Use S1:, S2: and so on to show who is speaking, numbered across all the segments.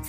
S1: If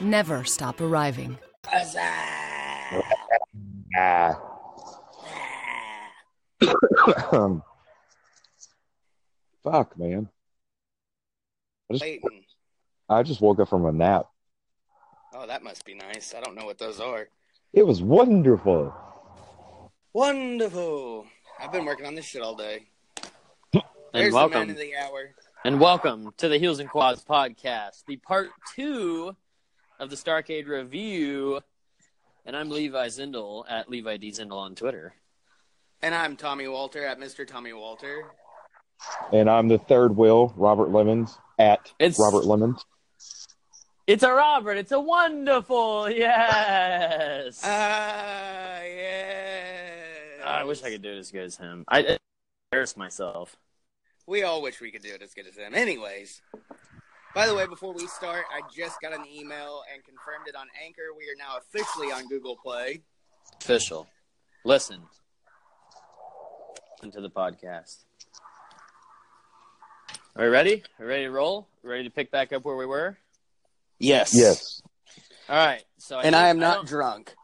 S2: Never stop arriving.
S3: Ah. Fuck, man. I just,
S4: Clayton.
S3: I just woke up from a nap.
S4: Oh, that must be nice. I don't know what those are.
S3: It was wonderful.
S4: Wonderful. I've been working on this shit all day.
S5: And
S4: There's the man
S5: welcome.
S4: of the hour.
S5: and welcome to the Heels and Quads podcast, the part two of the Starcade review. And I'm Levi Zindel at Levi D Zindel on Twitter.
S4: And I'm Tommy Walter at Mr. Tommy Walter.
S3: And I'm the third wheel, Robert Lemons, at
S5: It's-
S3: Robert Lemons.
S5: It's a Robert. It's a wonderful yes.
S4: Uh,
S5: Ah,
S4: Ah, yeah.
S5: I wish I could do it as good as him. I I embarrassed myself.
S4: We all wish we could do it as good as them. Anyways, by the way, before we start, I just got an email and confirmed it on Anchor. We are now officially on Google Play.
S5: Official. Listen. Listen to the podcast. Are we ready? Are we ready to roll? Ready to pick back up where we were?
S4: Yes.
S3: Yes.
S5: All right. So
S4: And I am
S5: don't-
S4: not drunk.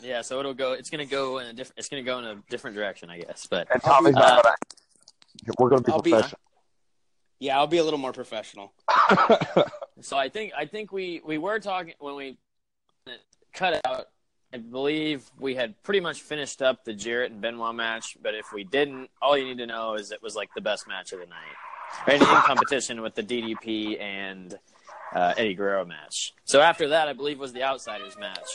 S5: Yeah, so it'll go. It's gonna go in a different. It's gonna go in a different direction, I guess. But
S3: And Tommy's not gonna- We're going to
S4: I'll
S3: be
S4: be-
S3: professional.
S4: Yeah, I'll be a little more professional.
S5: so I think I think we we were talking when we cut out. I believe we had pretty much finished up the Jarrett and Benoit match. But if we didn't, all you need to know is it was like the best match of the night, right? In competition with the DDP and uh, Eddie Guerrero match. So after that, I believe was the Outsiders match.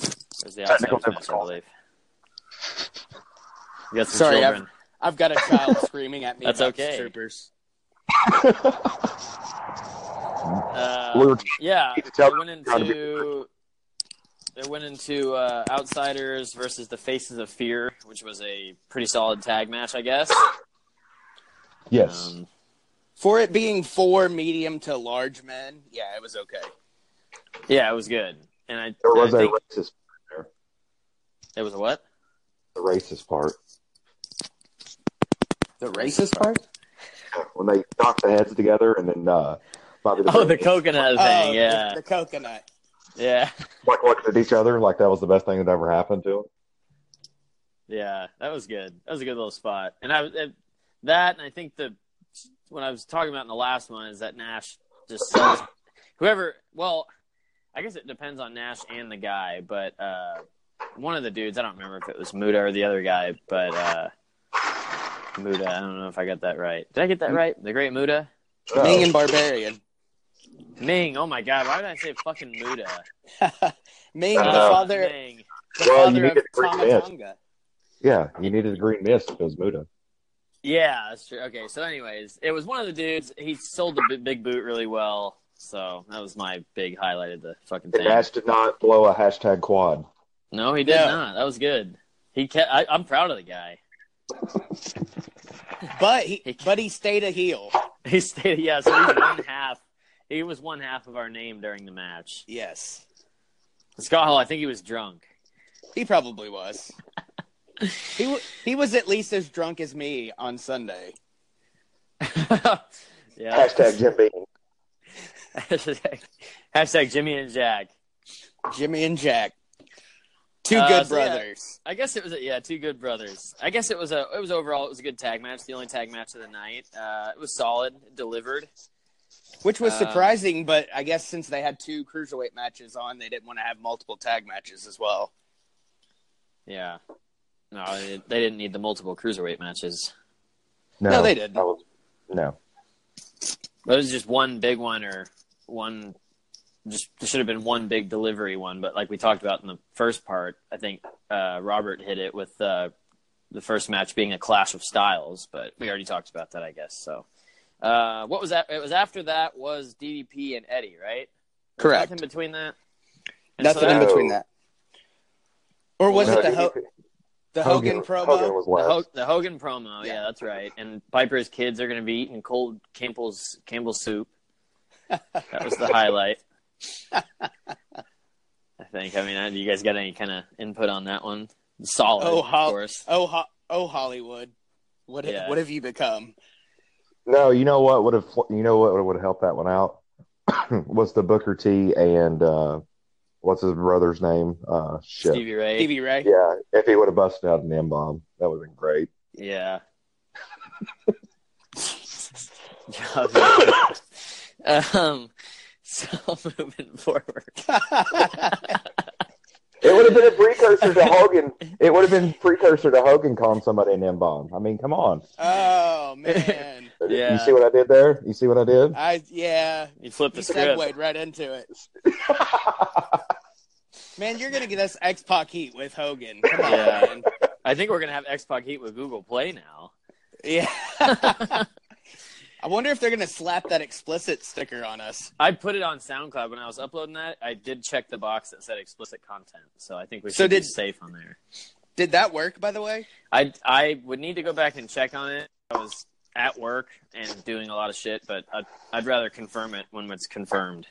S5: It was the
S3: Technical
S5: Outsiders match, I
S3: difficulty.
S5: believe. We got some
S4: Sorry, I've-
S5: children.
S4: I've got a child screaming at me.
S5: That's
S4: about
S5: okay.
S4: Troopers.
S5: Uh,
S3: We were-
S5: yeah,
S3: need to
S5: they
S3: tell
S5: went into they went into uh, outsiders versus the Faces of Fear, which was a pretty solid tag match, I guess.
S3: yes.
S5: Um,
S4: For it being four medium to large men, yeah, it was okay.
S5: yeah, it was good, and I,
S3: there
S5: and I
S3: was a
S5: think
S3: racist,
S5: it was a what?
S3: the racist part.
S4: The racist part?
S3: When they knocked the heads together and then uh, Bobby the
S5: Oh,
S3: Brain.
S5: the coconut
S4: Oh,
S5: thing.
S4: the-
S5: yeah,
S4: the coconut.
S5: yeah,
S3: like looking at each other like that was the best thing that ever happened to him.
S5: yeah. That was good. That was a good little spot. And I was- and that, and I think the what I was talking about in the last one is that Nash just sells whoever. Well, I guess it depends on Nash and the guy, but uh, one of the dudes. I don't remember if it was Muda or the other guy, but uh, Muda. I don't know if I got that right. Did I get that right? The Great Muda.
S4: Ming and Barbarian.
S5: Ming, oh my god, why did I say fucking Muda?
S4: Ming,
S3: I
S4: the
S3: know.
S4: father,
S5: Ming.
S4: the
S3: Well, you
S4: father
S3: need
S4: of
S3: to agree with this.
S4: Tamatonga.
S3: Yeah, he needed a green mist because Muda.
S5: Yeah, that's true. Okay, so anyways, it was one of the dudes. He sold the b- big boot really well, so that was my big highlight of the fucking
S3: And
S5: thing.
S3: Nash did not blow a hashtag quad.
S5: No, he did
S4: No.
S5: not. That was good. He kept. I, I'm proud of the guy.
S4: But he, but he stayed a heel.
S5: He stayed. Yeah, so he's one half. He was one half of our name during the match.
S4: Yes,
S5: Scott Hall, I think he was drunk.
S4: he probably was. he wa- he was at least as drunk as me on Sunday.
S5: yeah.
S3: Hashtag Jim Beam.
S5: Hashtag Jimmy and Jack.
S4: Jimmy and Jack, two
S5: Uh,
S4: good
S5: so yeah.
S4: brothers.
S5: I guess it was a, yeah, two good brothers. I guess it was a it was overall it was a good tag match, the only tag match of the night. Uh, it was solid, it delivered.
S4: Which was
S5: Um,
S4: surprising, but I guess since they had two cruiserweight matches on, they didn't want to have multiple tag matches as well.
S5: Yeah. No, they they didn't need the multiple cruiserweight matches.
S3: No,
S4: No, they didn't.
S3: that was- no.
S5: But it was just one big one or one just there should have been one big delivery one, but like we talked about in the first part, I think uh, Robert hit it with uh, the first match being a clash of styles, but we already talked about that, I guess. So, uh, what was that? It was after that was DDP and Eddie, right? There's
S4: Correct.
S5: Nothing between that. And so
S4: Nothing in
S5: that-
S3: No.
S4: between that. Or was
S3: No,
S4: it the
S3: he-
S4: Ho- the Hogan, promo?
S3: Hogan was
S5: the,
S3: last.
S5: Ho- the Hogan promo, yeah.
S4: Yeah.
S5: that's right. And Piper's kids are going to be eating cold Campbell's Campbell's soup. that was the highlight. I think. I mean, I- do you guys got any kind of input on that one? Solid,
S4: Oh,
S5: of
S4: Hol-
S5: course.
S4: oh, ho- oh, Hollywood. What,
S5: Yeah.
S4: what have you become?
S3: No, you know what would have you know what would have helped that one out was the Booker T and uh, what's his brother's name? Uh, shit.
S5: Stevie Ray.
S4: Stevie Ray.
S3: Yeah, if he would have busted out an M bomb, that would have been great.
S5: Yeah. um. So moving forward.
S3: It would have been a precursor to Hogan. It would have been precursor to Hogan calling somebody an M bomb. I mean, come on.
S4: Oh man,
S5: Yeah.
S3: You see what I did there? You see what I did?
S4: I yeah.
S5: You flip the
S4: You
S5: script.
S4: segued right into it. Man, you're gonna get us X Pac heat with Hogan. Come on,
S5: Yeah.
S4: man.
S5: I think we're gonna have Xbox Heat with Google Play now.
S4: Yeah. I wonder if they're gonna slap that explicit sticker on us.
S5: I put it on SoundCloud when I was uploading that. I did check the box that said explicit content, so I think we should
S4: So
S5: be
S4: did-
S5: safe on there.
S4: Did that work, by the way?
S5: I I would need to go back and check on it. I was at work and doing a lot of shit, but I'd, I'd rather confirm it when it's confirmed.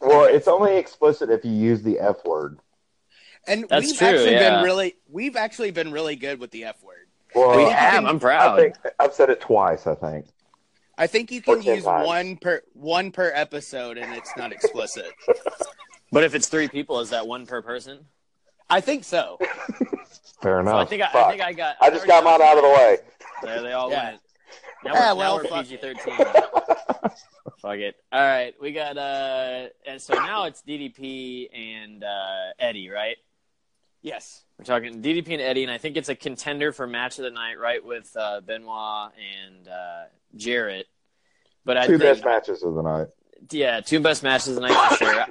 S3: Well, it's only explicit if you use the F word.
S4: And
S5: That's
S4: we've
S5: true,
S4: actually
S5: yeah.
S4: been really we've actually been really good with the F word.
S3: Well,
S5: we
S3: I
S5: have.
S3: think-
S5: I'm proud.
S3: I think I've said it twice. I think.
S4: I think you
S3: Or
S4: can
S3: ten
S4: use
S3: times.
S4: one per one per episode and it's not explicit.
S5: But if it's three people, is that one per person?
S4: I think so.
S3: Fair
S5: So
S3: enough.
S5: I think I,
S3: Oh, Fuck.
S5: I think I got.
S3: I just got mine out of the way.
S5: There they all
S4: Yeah.
S5: went. Now
S4: Yeah,
S5: we're,
S4: Ah, well,
S5: now we're
S4: fuck.
S5: PG thirteen. fuck it. All right, we got uh, and so now it's DDP and uh, Eddie, right?
S4: Yes.
S5: We're talking DDP and Eddie, and I think it's a contender for match of the night, right? With uh, Benoit and uh, Jarrett. But I
S3: Two
S5: think,
S3: best matches of the night.
S5: yeah, two best matches of the night for sure.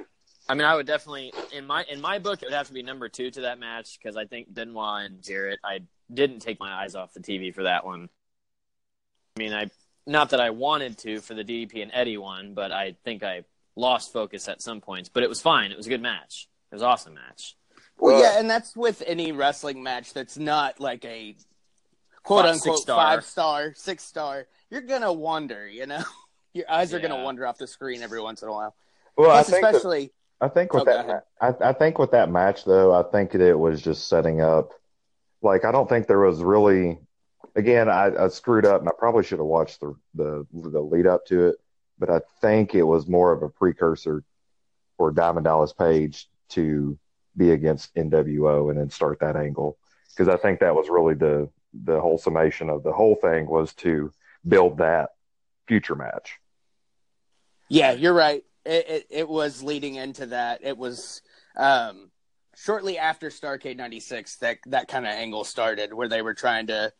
S5: I mean, I would definitely in my in my book it would have to be number two to that match because I think Benoit and Jarrett. I didn't take my eyes off the TV for that one. I mean, I not that I wanted to for the DDP and Eddie one, but I think I lost focus at some points. But it was fine. It was a good match. It was an awesome match.
S4: Well,
S3: Well-
S4: yeah, and that's with any wrestling match that's not like a quote
S5: Five,
S4: unquote
S5: six-star.
S4: five star, six star. You're gonna wander, you know. Your eyes are
S5: Yeah.
S4: gonna wander off the screen every once in a while.
S3: Well, I
S4: Plus,
S3: think that-
S4: especially
S3: I think with
S4: Oh, go
S3: that, ma- I, I think with that match though, I think that it was just setting up. Like, I don't think there was really. Again, I, I screwed up, and I probably should have watched the the the lead up to it. but I think it was more of a precursor for Diamond Dallas Page to be against NWO and then start that angle because I think that was really the the whole summation of the whole thing was to build that future match.
S4: Yeah, you're right. It, it, it was leading into that. It was um, shortly after Starcade 96 that that kind of angle started where they were trying to.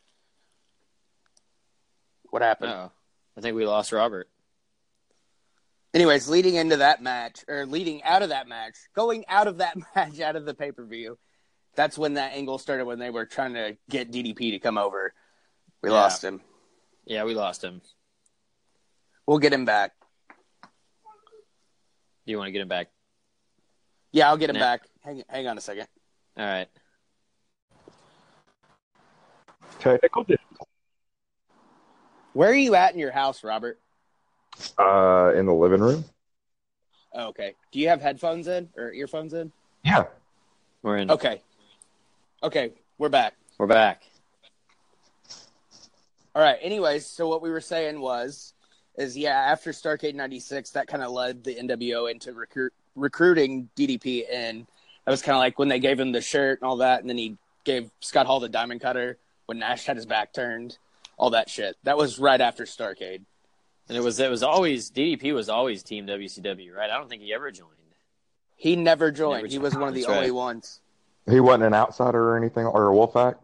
S4: What happened?
S5: Oh, I think we lost Robert.
S4: Anyways, leading into that match, or leading out of that match, going out of that match, out of the pay per view, that's when that angle started when they were trying to get DDP to come over. We
S5: Yeah.
S4: lost him.
S5: Yeah, we lost him.
S4: We'll get him back.
S5: You want to get him back?
S4: Yeah, I'll get him
S5: Nah.
S4: back. Hang, hang on a second.
S5: All right.
S3: Technical
S4: Where are you at in your house, Robert?
S3: uh, in the living room.
S4: Oh, okay. Do you have headphones in or earphones in?
S3: Yeah,
S5: We're in.
S4: Okay. Okay, we're back.
S5: We're back.
S4: All right. Anyways, so what we were saying was, is yeah, after Starcade '96, that kind of led the NWO into recruit, recruiting DDP, and that was kind of like when they gave him the shirt and all that, and then he gave Scott Hall the Diamond Cutter when Nash had his back turned, all that shit. That was right after Starcade.
S5: And it was it was always DDP was always Team WCW, right? I don't think he ever joined.
S4: He never joined.
S5: Never
S4: he was one of the
S5: joined, that's
S4: only
S5: right.
S4: ones.
S3: he wasn't an outsider or anything, or a Wolfpack.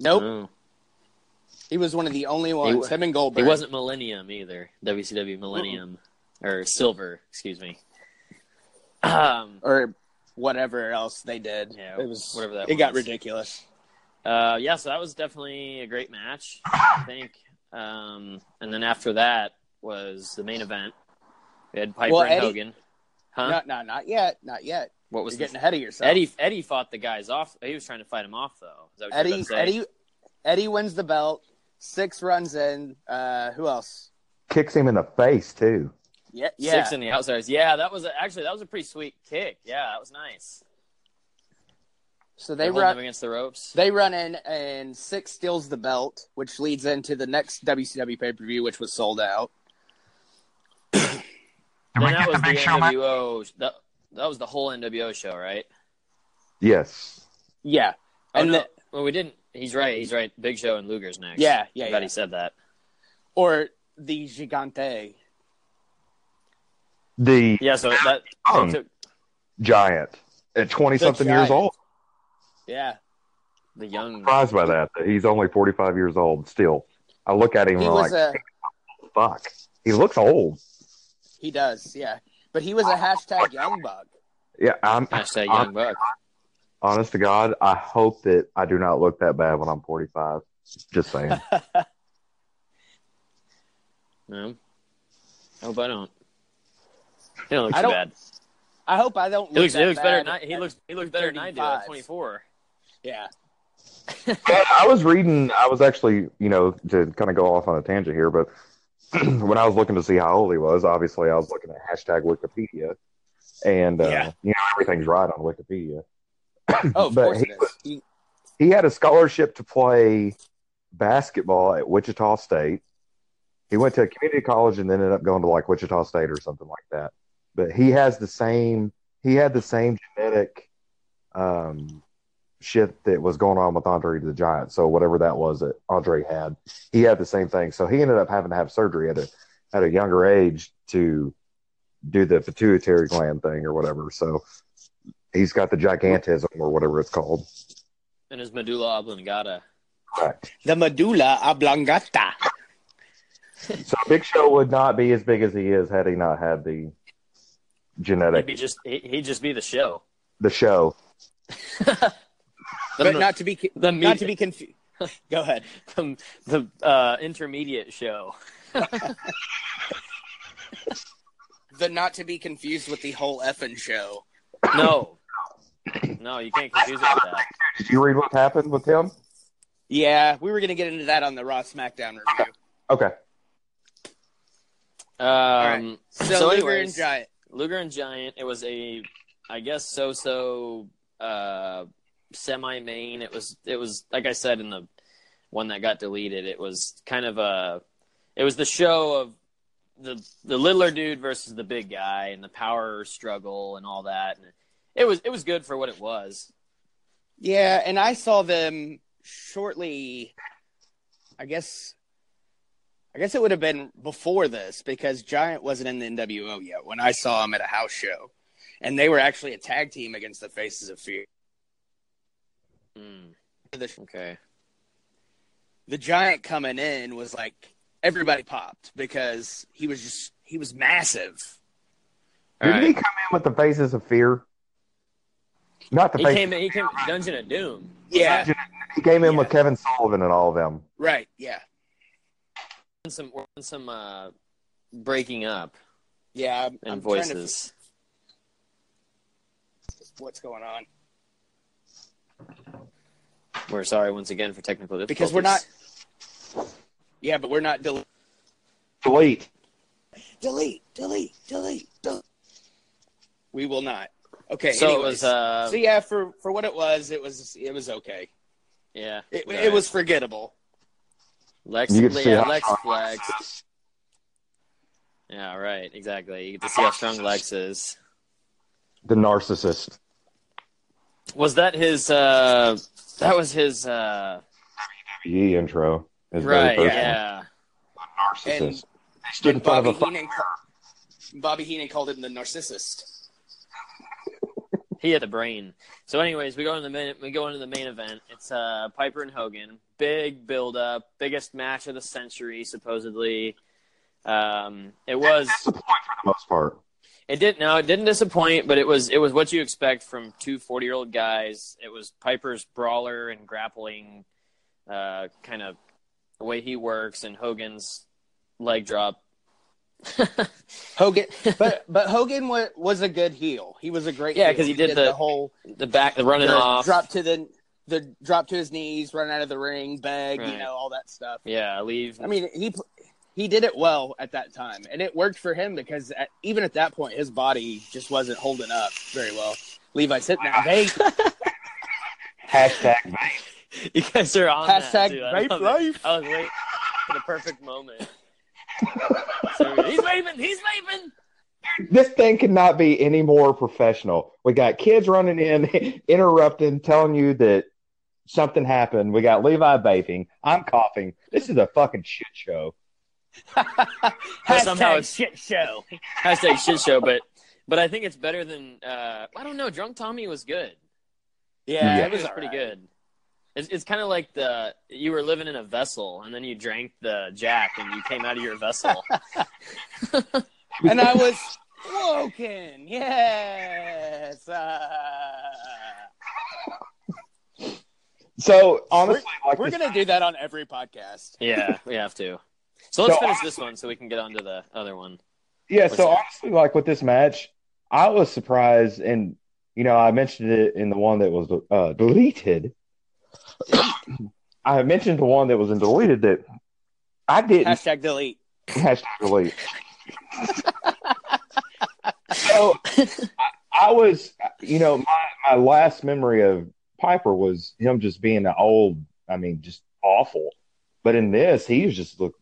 S4: Nope.
S5: No.
S4: He was one of the only ones. Him and
S5: He
S4: Goldberg.
S5: wasn't Millennium either. WCW Millennium or Silver, excuse me. Um.
S4: or whatever else they did.
S5: Yeah,
S4: it was
S5: whatever that
S4: It got
S5: was.
S4: ridiculous.
S5: Uh. Yeah. So that was definitely a great match. I think. Um. And then after that was the main event. We had Piper
S4: Well,
S5: and
S4: Eddie-
S5: Hogan. Huh?
S4: No, no, not yet. Not yet.
S5: what
S4: You're
S5: was the
S4: getting ahead of yourself.
S5: Eddie? Eddie fought the guys off. He was trying to fight him off though. Is that what you were
S4: Eddie
S5: about to say?
S4: Eddie Eddie wins the belt. Six runs in. Uh, who else?
S3: Kicks him in the face too.
S4: Yeah, yeah.
S5: Six in the outsiders. Yeah, that was a, actually that was a pretty sweet kick. Yeah, that was nice.
S4: so
S5: They
S4: they
S5: hold him
S4: run.
S5: against the ropes.
S4: They run in, and six steals the belt, which leads into the next WCW pay per view, which was sold out.
S5: then that was the NWO. that, that was the whole NWO show, right?
S3: Yes,
S4: Yeah,
S5: Oh,
S4: and
S5: no.
S4: the-
S5: well, we didn't. He's right. He's right. Big Show and Luger's next.
S4: Yeah, yeah,
S5: I forgot
S4: yeah.
S5: he said that.
S4: or the Gigante.
S3: the
S5: Yeah, so that
S3: Um,
S5: took
S3: giant at twenty something years
S4: giant.
S3: old.
S4: Yeah,
S5: the young.
S3: Surprised by that. that He's only forty five years old still. I look at him
S4: he
S3: and I'm
S4: was
S3: like,
S4: a
S3: fuck. He looks old.
S4: he does. Yeah, but he was a hashtag young buck.
S3: Yeah, I'm
S5: Hashtag
S3: I'm-
S5: young buck.
S3: honest to God, I hope that I do not look that bad when I'm 45. Just saying.
S5: No, I hope I don't. He don't look
S4: I
S5: too
S4: don't-
S5: bad.
S4: I hope I don't.
S5: He looks. He
S4: that
S5: looks better.
S4: bad
S5: Than I, he
S4: at-
S5: looks. He looks better than I do. At
S4: 35.
S5: 24.
S4: Yeah,
S3: Yeah, I was reading, I was actually, you know, to kind of go off on a tangent here, but when I was looking to see how old he was, obviously I was looking at hashtag Wikipedia. And, uh,
S4: Yeah.
S3: you know, everything's right on Wikipedia.
S4: Oh, of
S3: But
S4: course
S3: he
S4: it is.
S3: was-
S4: He-
S3: He had a scholarship to play basketball at Wichita State. He went to a community college and then ended up going to like Wichita State or something like that. But he has the same he had the same genetic um, shit that was going on with Andre the Giant. So whatever that was that Andre had, he had the same thing. So he ended up having to have surgery at a at a younger age to do the pituitary gland thing or whatever. So he's got the gigantism or whatever it's called.
S5: And his medulla oblongata.
S3: Correct.
S4: the medulla oblongata.
S3: So Big Show would not be as big as he is had he not had the
S5: He'd be
S3: genetic
S5: just. He, he'd just be the show.
S3: the show.
S5: The
S4: But
S5: me-
S4: not to be co-
S5: the
S4: not to
S5: medi-
S4: be confused. Go ahead.
S5: the, the uh, intermediate show.
S4: the not to be confused with the whole effing show.
S5: No, no, you can't confuse it with that.
S3: Did you read what happened with him?
S4: Yeah, we were gonna get into that on the Raw SmackDown review.
S3: Okay.
S5: Um,
S4: right. So,
S5: So,
S4: Luger
S5: anyways,
S4: and Giant.
S5: Luger and Giant. It was a, I guess, so-so uh, semi-main. It was. It was like I said in the one that got deleted. It was kind of a. It was the show of the the littler dude versus the big guy and the power struggle and all that. And it was it was good for what it was.
S4: Yeah, and I saw them shortly. I guess, I guess it would have been before this because Giant wasn't in the NWO yet when I saw him at a house show, and they were actually a tag team against the Faces of Fear.
S5: Mm,
S4: The,
S5: okay.
S4: the Giant coming in was like everybody popped because he was just he was massive.
S3: Didn't
S5: All
S3: he
S5: right.
S3: come in with the faces of fear? Not the
S5: He
S3: face.
S5: came in. He came Dungeon of Doom.
S4: Yeah,
S3: he came in with Kevin Sullivan and all of them.
S4: right. Yeah,
S5: And some and some uh, breaking up
S4: yeah. I'm,
S5: and
S4: I'm trying to
S5: voices.
S4: figure what's going on?
S5: We're sorry once again for technical difficulties.
S4: Because we're not. Yeah, but we're not. Del-
S3: Delete.
S4: delete, delete, delete, delete. We will not. Okay.
S5: So it
S4: anyways.
S5: was. Uh,
S4: so yeah, for for what it was, it was it was okay.
S5: yeah.
S4: It,
S5: All
S4: it
S5: right.
S4: was forgettable.
S5: Lex.
S3: You can see
S5: Yeah,
S3: how
S5: Lex
S3: strong
S5: Flex. Yeah. Right. Exactly. You get to see how strong Lex is.
S3: The narcissist.
S5: Was that his? uh That was his. uh
S3: Ye intro. His very
S5: Right.
S3: first
S5: Yeah.
S3: one.
S4: And-
S3: Narcissist. Stood in front of
S4: Bobby
S3: a fu-
S4: Heenan, ca- Bobby Heenan called him the narcissist.
S5: He had the brain. So, anyways, we go into the main, we go into the main event. It's uh, Piper and Hogan. Big build up, biggest match of the century, supposedly. Um, it was.
S3: disappoint for the most part.
S5: It didn't. No, it didn't disappoint. But it was. It was what you expect from two 40 year old guys. It was Piper's brawler and grappling, uh, kind of the way he works, and Hogan's leg drop.
S4: Hogan, but but Hogan was, was a good heel. He was a great.
S5: Yeah,
S4: heel.
S5: 'cause he did the-
S4: whole
S5: the back, the running
S4: the
S5: off.
S4: drop to the the drop to his knees, run out of the ring, beg,
S5: Right.
S4: you know, all that stuff.
S5: Yeah, leave.
S4: I mean, he pl- he did it well at that time, and it worked for him because at, even at that point, his body just wasn't holding up very well. Levi's hitting that vape.
S3: Hashtag
S5: You guys are on that,
S4: Hashtag
S5: too.
S4: vape
S5: love it.
S4: life.
S5: I was waiting for the perfect moment. So, he's vaping. He's vaping.
S3: this thing cannot be any more professional. We got kids running in, interrupting, telling you that something happened. We got Levi vaping. I'm coughing. This is a fucking shit show.
S5: But somehow
S4: Hashtag
S5: it's-
S4: shit show.
S5: Hashtag shit show, but but I think it's better than uh, I don't know. Drunk Tommy was good.
S4: Yeah,
S3: Yeah.
S4: it was,
S5: pretty good. It's, it's kind of like the you were living in a vessel and then you drank the Jack and you came out of your vessel.
S4: good. And I was woken. Yes. Uh,
S3: So honestly, like
S4: we're
S3: this-
S4: gonna do that on every podcast.
S5: yeah, we have to. So let's
S3: So
S5: finish this one so we can get on to the other one.
S3: yeah. So honestly, like with this match, I was surprised, and you know, I mentioned it in the one that was uh, deleted. I mentioned the one that was in deleted that I didn't
S4: Hashtag delete.
S3: Hashtag delete. so I, I was, you know, my, my last memory of Piper was him just being an old, I mean, just awful. But in this, he was just look,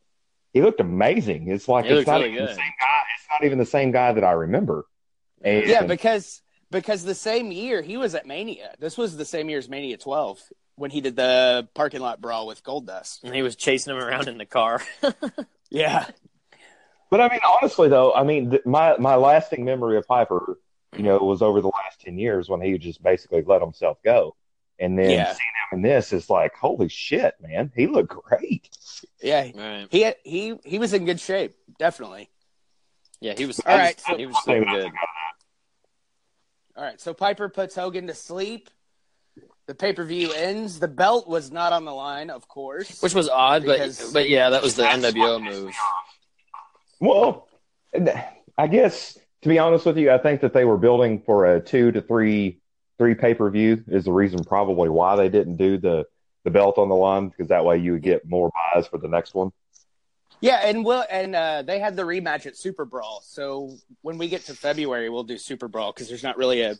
S3: he looked amazing. It's like
S5: He
S3: it's
S5: looked
S3: not
S5: really
S3: even the
S5: good.
S3: same guy. It's not even the same guy that I remember. And-
S4: Yeah, because because the same year he was at Mania. This was the same year as Mania 12 when he did the parking lot brawl with Goldust.
S5: And he was chasing him around in the car.
S4: Yeah.
S3: But I mean, honestly, though, I mean, th- my my lasting memory of Piper, you know, was over the last ten years when he just basically let himself go, and then
S4: Yeah.
S3: seeing him in this is like, holy shit, man, he looked great.
S4: Yeah,
S5: right.
S4: he had- he he was in good shape, definitely.
S5: Yeah, he was.
S4: All
S5: he was-
S4: right, so-
S5: he was so good.
S4: All right, so Piper puts Hogan to sleep. The pay per view ends. The belt was not on the line, of course.
S5: Which was odd,
S4: Because-
S5: but but yeah, that was the NWO move.
S3: Well, and uh, I guess to be honest with you, I think that they were building for a two to three three pay per view is the reason probably why they didn't do the the belt on the line because that way you would get more buys for the next one.
S4: yeah, and we'll and uh, they had the rematch at Super Brawl. So when we get to February, we'll do Super Brawl because there's not really a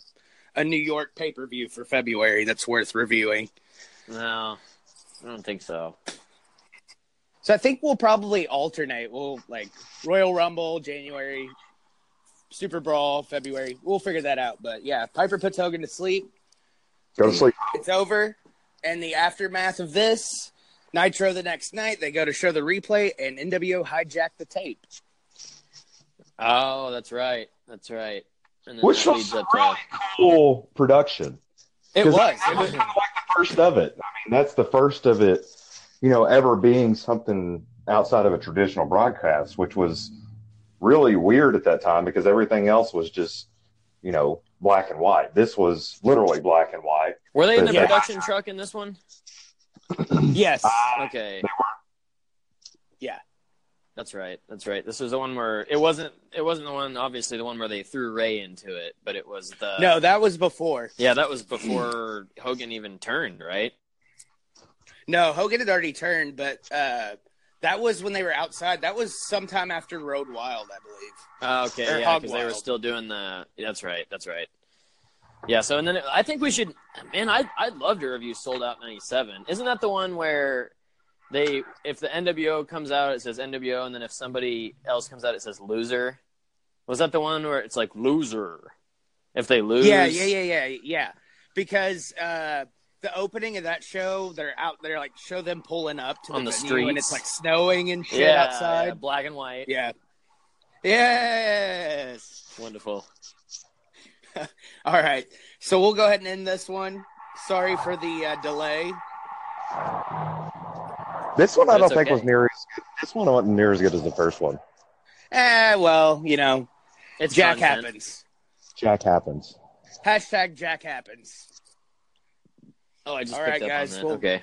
S4: a New York pay per view for February that's worth reviewing.
S5: No, I don't think so.
S4: So I think we'll probably alternate. We'll like Royal Rumble January, Super Brawl February. We'll figure that out. But yeah, Piper puts Hogan to sleep.
S3: Go to sleep.
S4: It's over, and the aftermath of this Nitro the next night. They go to show the replay, and NWO hijack the tape.
S5: Oh, that's right. That's right. And then
S3: Which
S5: that
S3: was
S5: leads
S3: a
S5: up
S3: really
S5: to
S3: cool production.
S5: it
S3: 'Cause
S5: was.
S3: That was kind of like the first of it. I mean, that's the first of it, you know, ever being something outside of a traditional broadcast, which was really weird at that time because everything else was just, you know, black and white. This was literally black and white.
S5: Were they in the
S3: Yeah.
S5: production truck in this one?
S4: Yes.
S5: Okay.
S4: Yeah.
S5: That's right. That's right. This was the one where it wasn't. It wasn't the one. Obviously, the one where they threw Ray into it, but it was the
S4: no, that was before.
S5: Yeah, that was before Hogan even turned, right?
S4: No, Hogan had already turned, but uh, that was when they were outside. That was sometime after Road Wild, I believe.
S5: Oh, okay,
S4: Or
S5: yeah, because they were
S4: Hogwild.
S5: still doing the. That's right. That's right. Yeah. So and then I think we should. Man, I I'd love to review Sold Out '97. Isn't that the one where they if the NWO comes out it says NWO and then if somebody else comes out it says loser? Was that the one where it's like loser? If they lose,
S4: Yeah, yeah, yeah, yeah, yeah. Because uh, the opening of that show, they're out there like show them pulling up to
S5: On
S4: the,
S5: the
S4: venue, and
S5: streets.
S4: it's like snowing and shit
S5: Yeah, yeah,
S4: outside.
S5: black and white.
S4: Yeah. Yes.
S5: Wonderful.
S4: All right. So we'll go ahead and end this one. Sorry for the uh, delay.
S3: This one I
S5: That's
S3: don't think
S5: okay.
S3: was near as good. This one wasn't near as good as the first one.
S4: Eh, well, you know,
S5: It's
S4: Jack
S5: content.
S4: happens.
S3: Jack happens.
S4: Hashtag Jack happens.
S5: Oh, I just
S4: All
S5: picked
S4: right,
S5: up
S4: guys,
S5: on that.
S4: well-
S5: okay.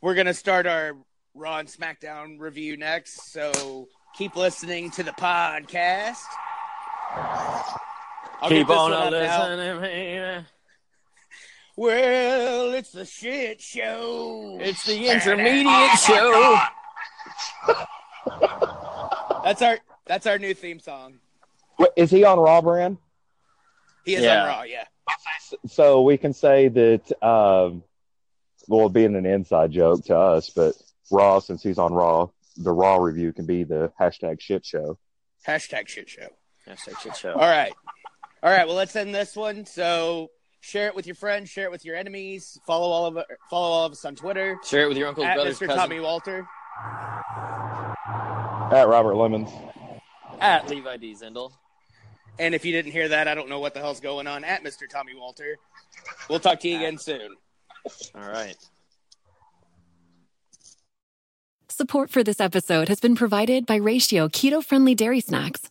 S4: We're gonna start our Raw and SmackDown review next, so keep listening to the podcast. I'll get
S5: Keep
S4: this
S5: on
S4: one up now.
S5: listening, baby.
S4: Well, it's the shit show.
S5: It's the intermediate show.
S4: That's our that's our new theme song.
S3: Wait, Is he on Raw Brand?
S4: He is
S5: Yeah.
S4: on Raw, yeah.
S3: So we can say that, um, well, being an inside joke to us, but Raw, since he's on Raw, the Raw review can be the hashtag shit show.
S4: Hashtag shit show.
S5: Hashtag shit show.
S4: All right. All right, well let's end this one. So share it with your friends, share it with your enemies, follow all of follow all of us on Twitter.
S5: Share it with your uncle's
S4: At
S5: brother's
S4: Mr.
S5: cousin.
S4: Tommy Walter.
S3: At Robert Lemons.
S5: At Levi D. Zindel.
S4: And if you didn't hear that, I don't know what the hell's going on at Mr. Tommy Walter. We'll talk to you again soon.
S5: All right.
S2: Support for this episode has been provided by Ratio Keto Friendly Dairy Snacks.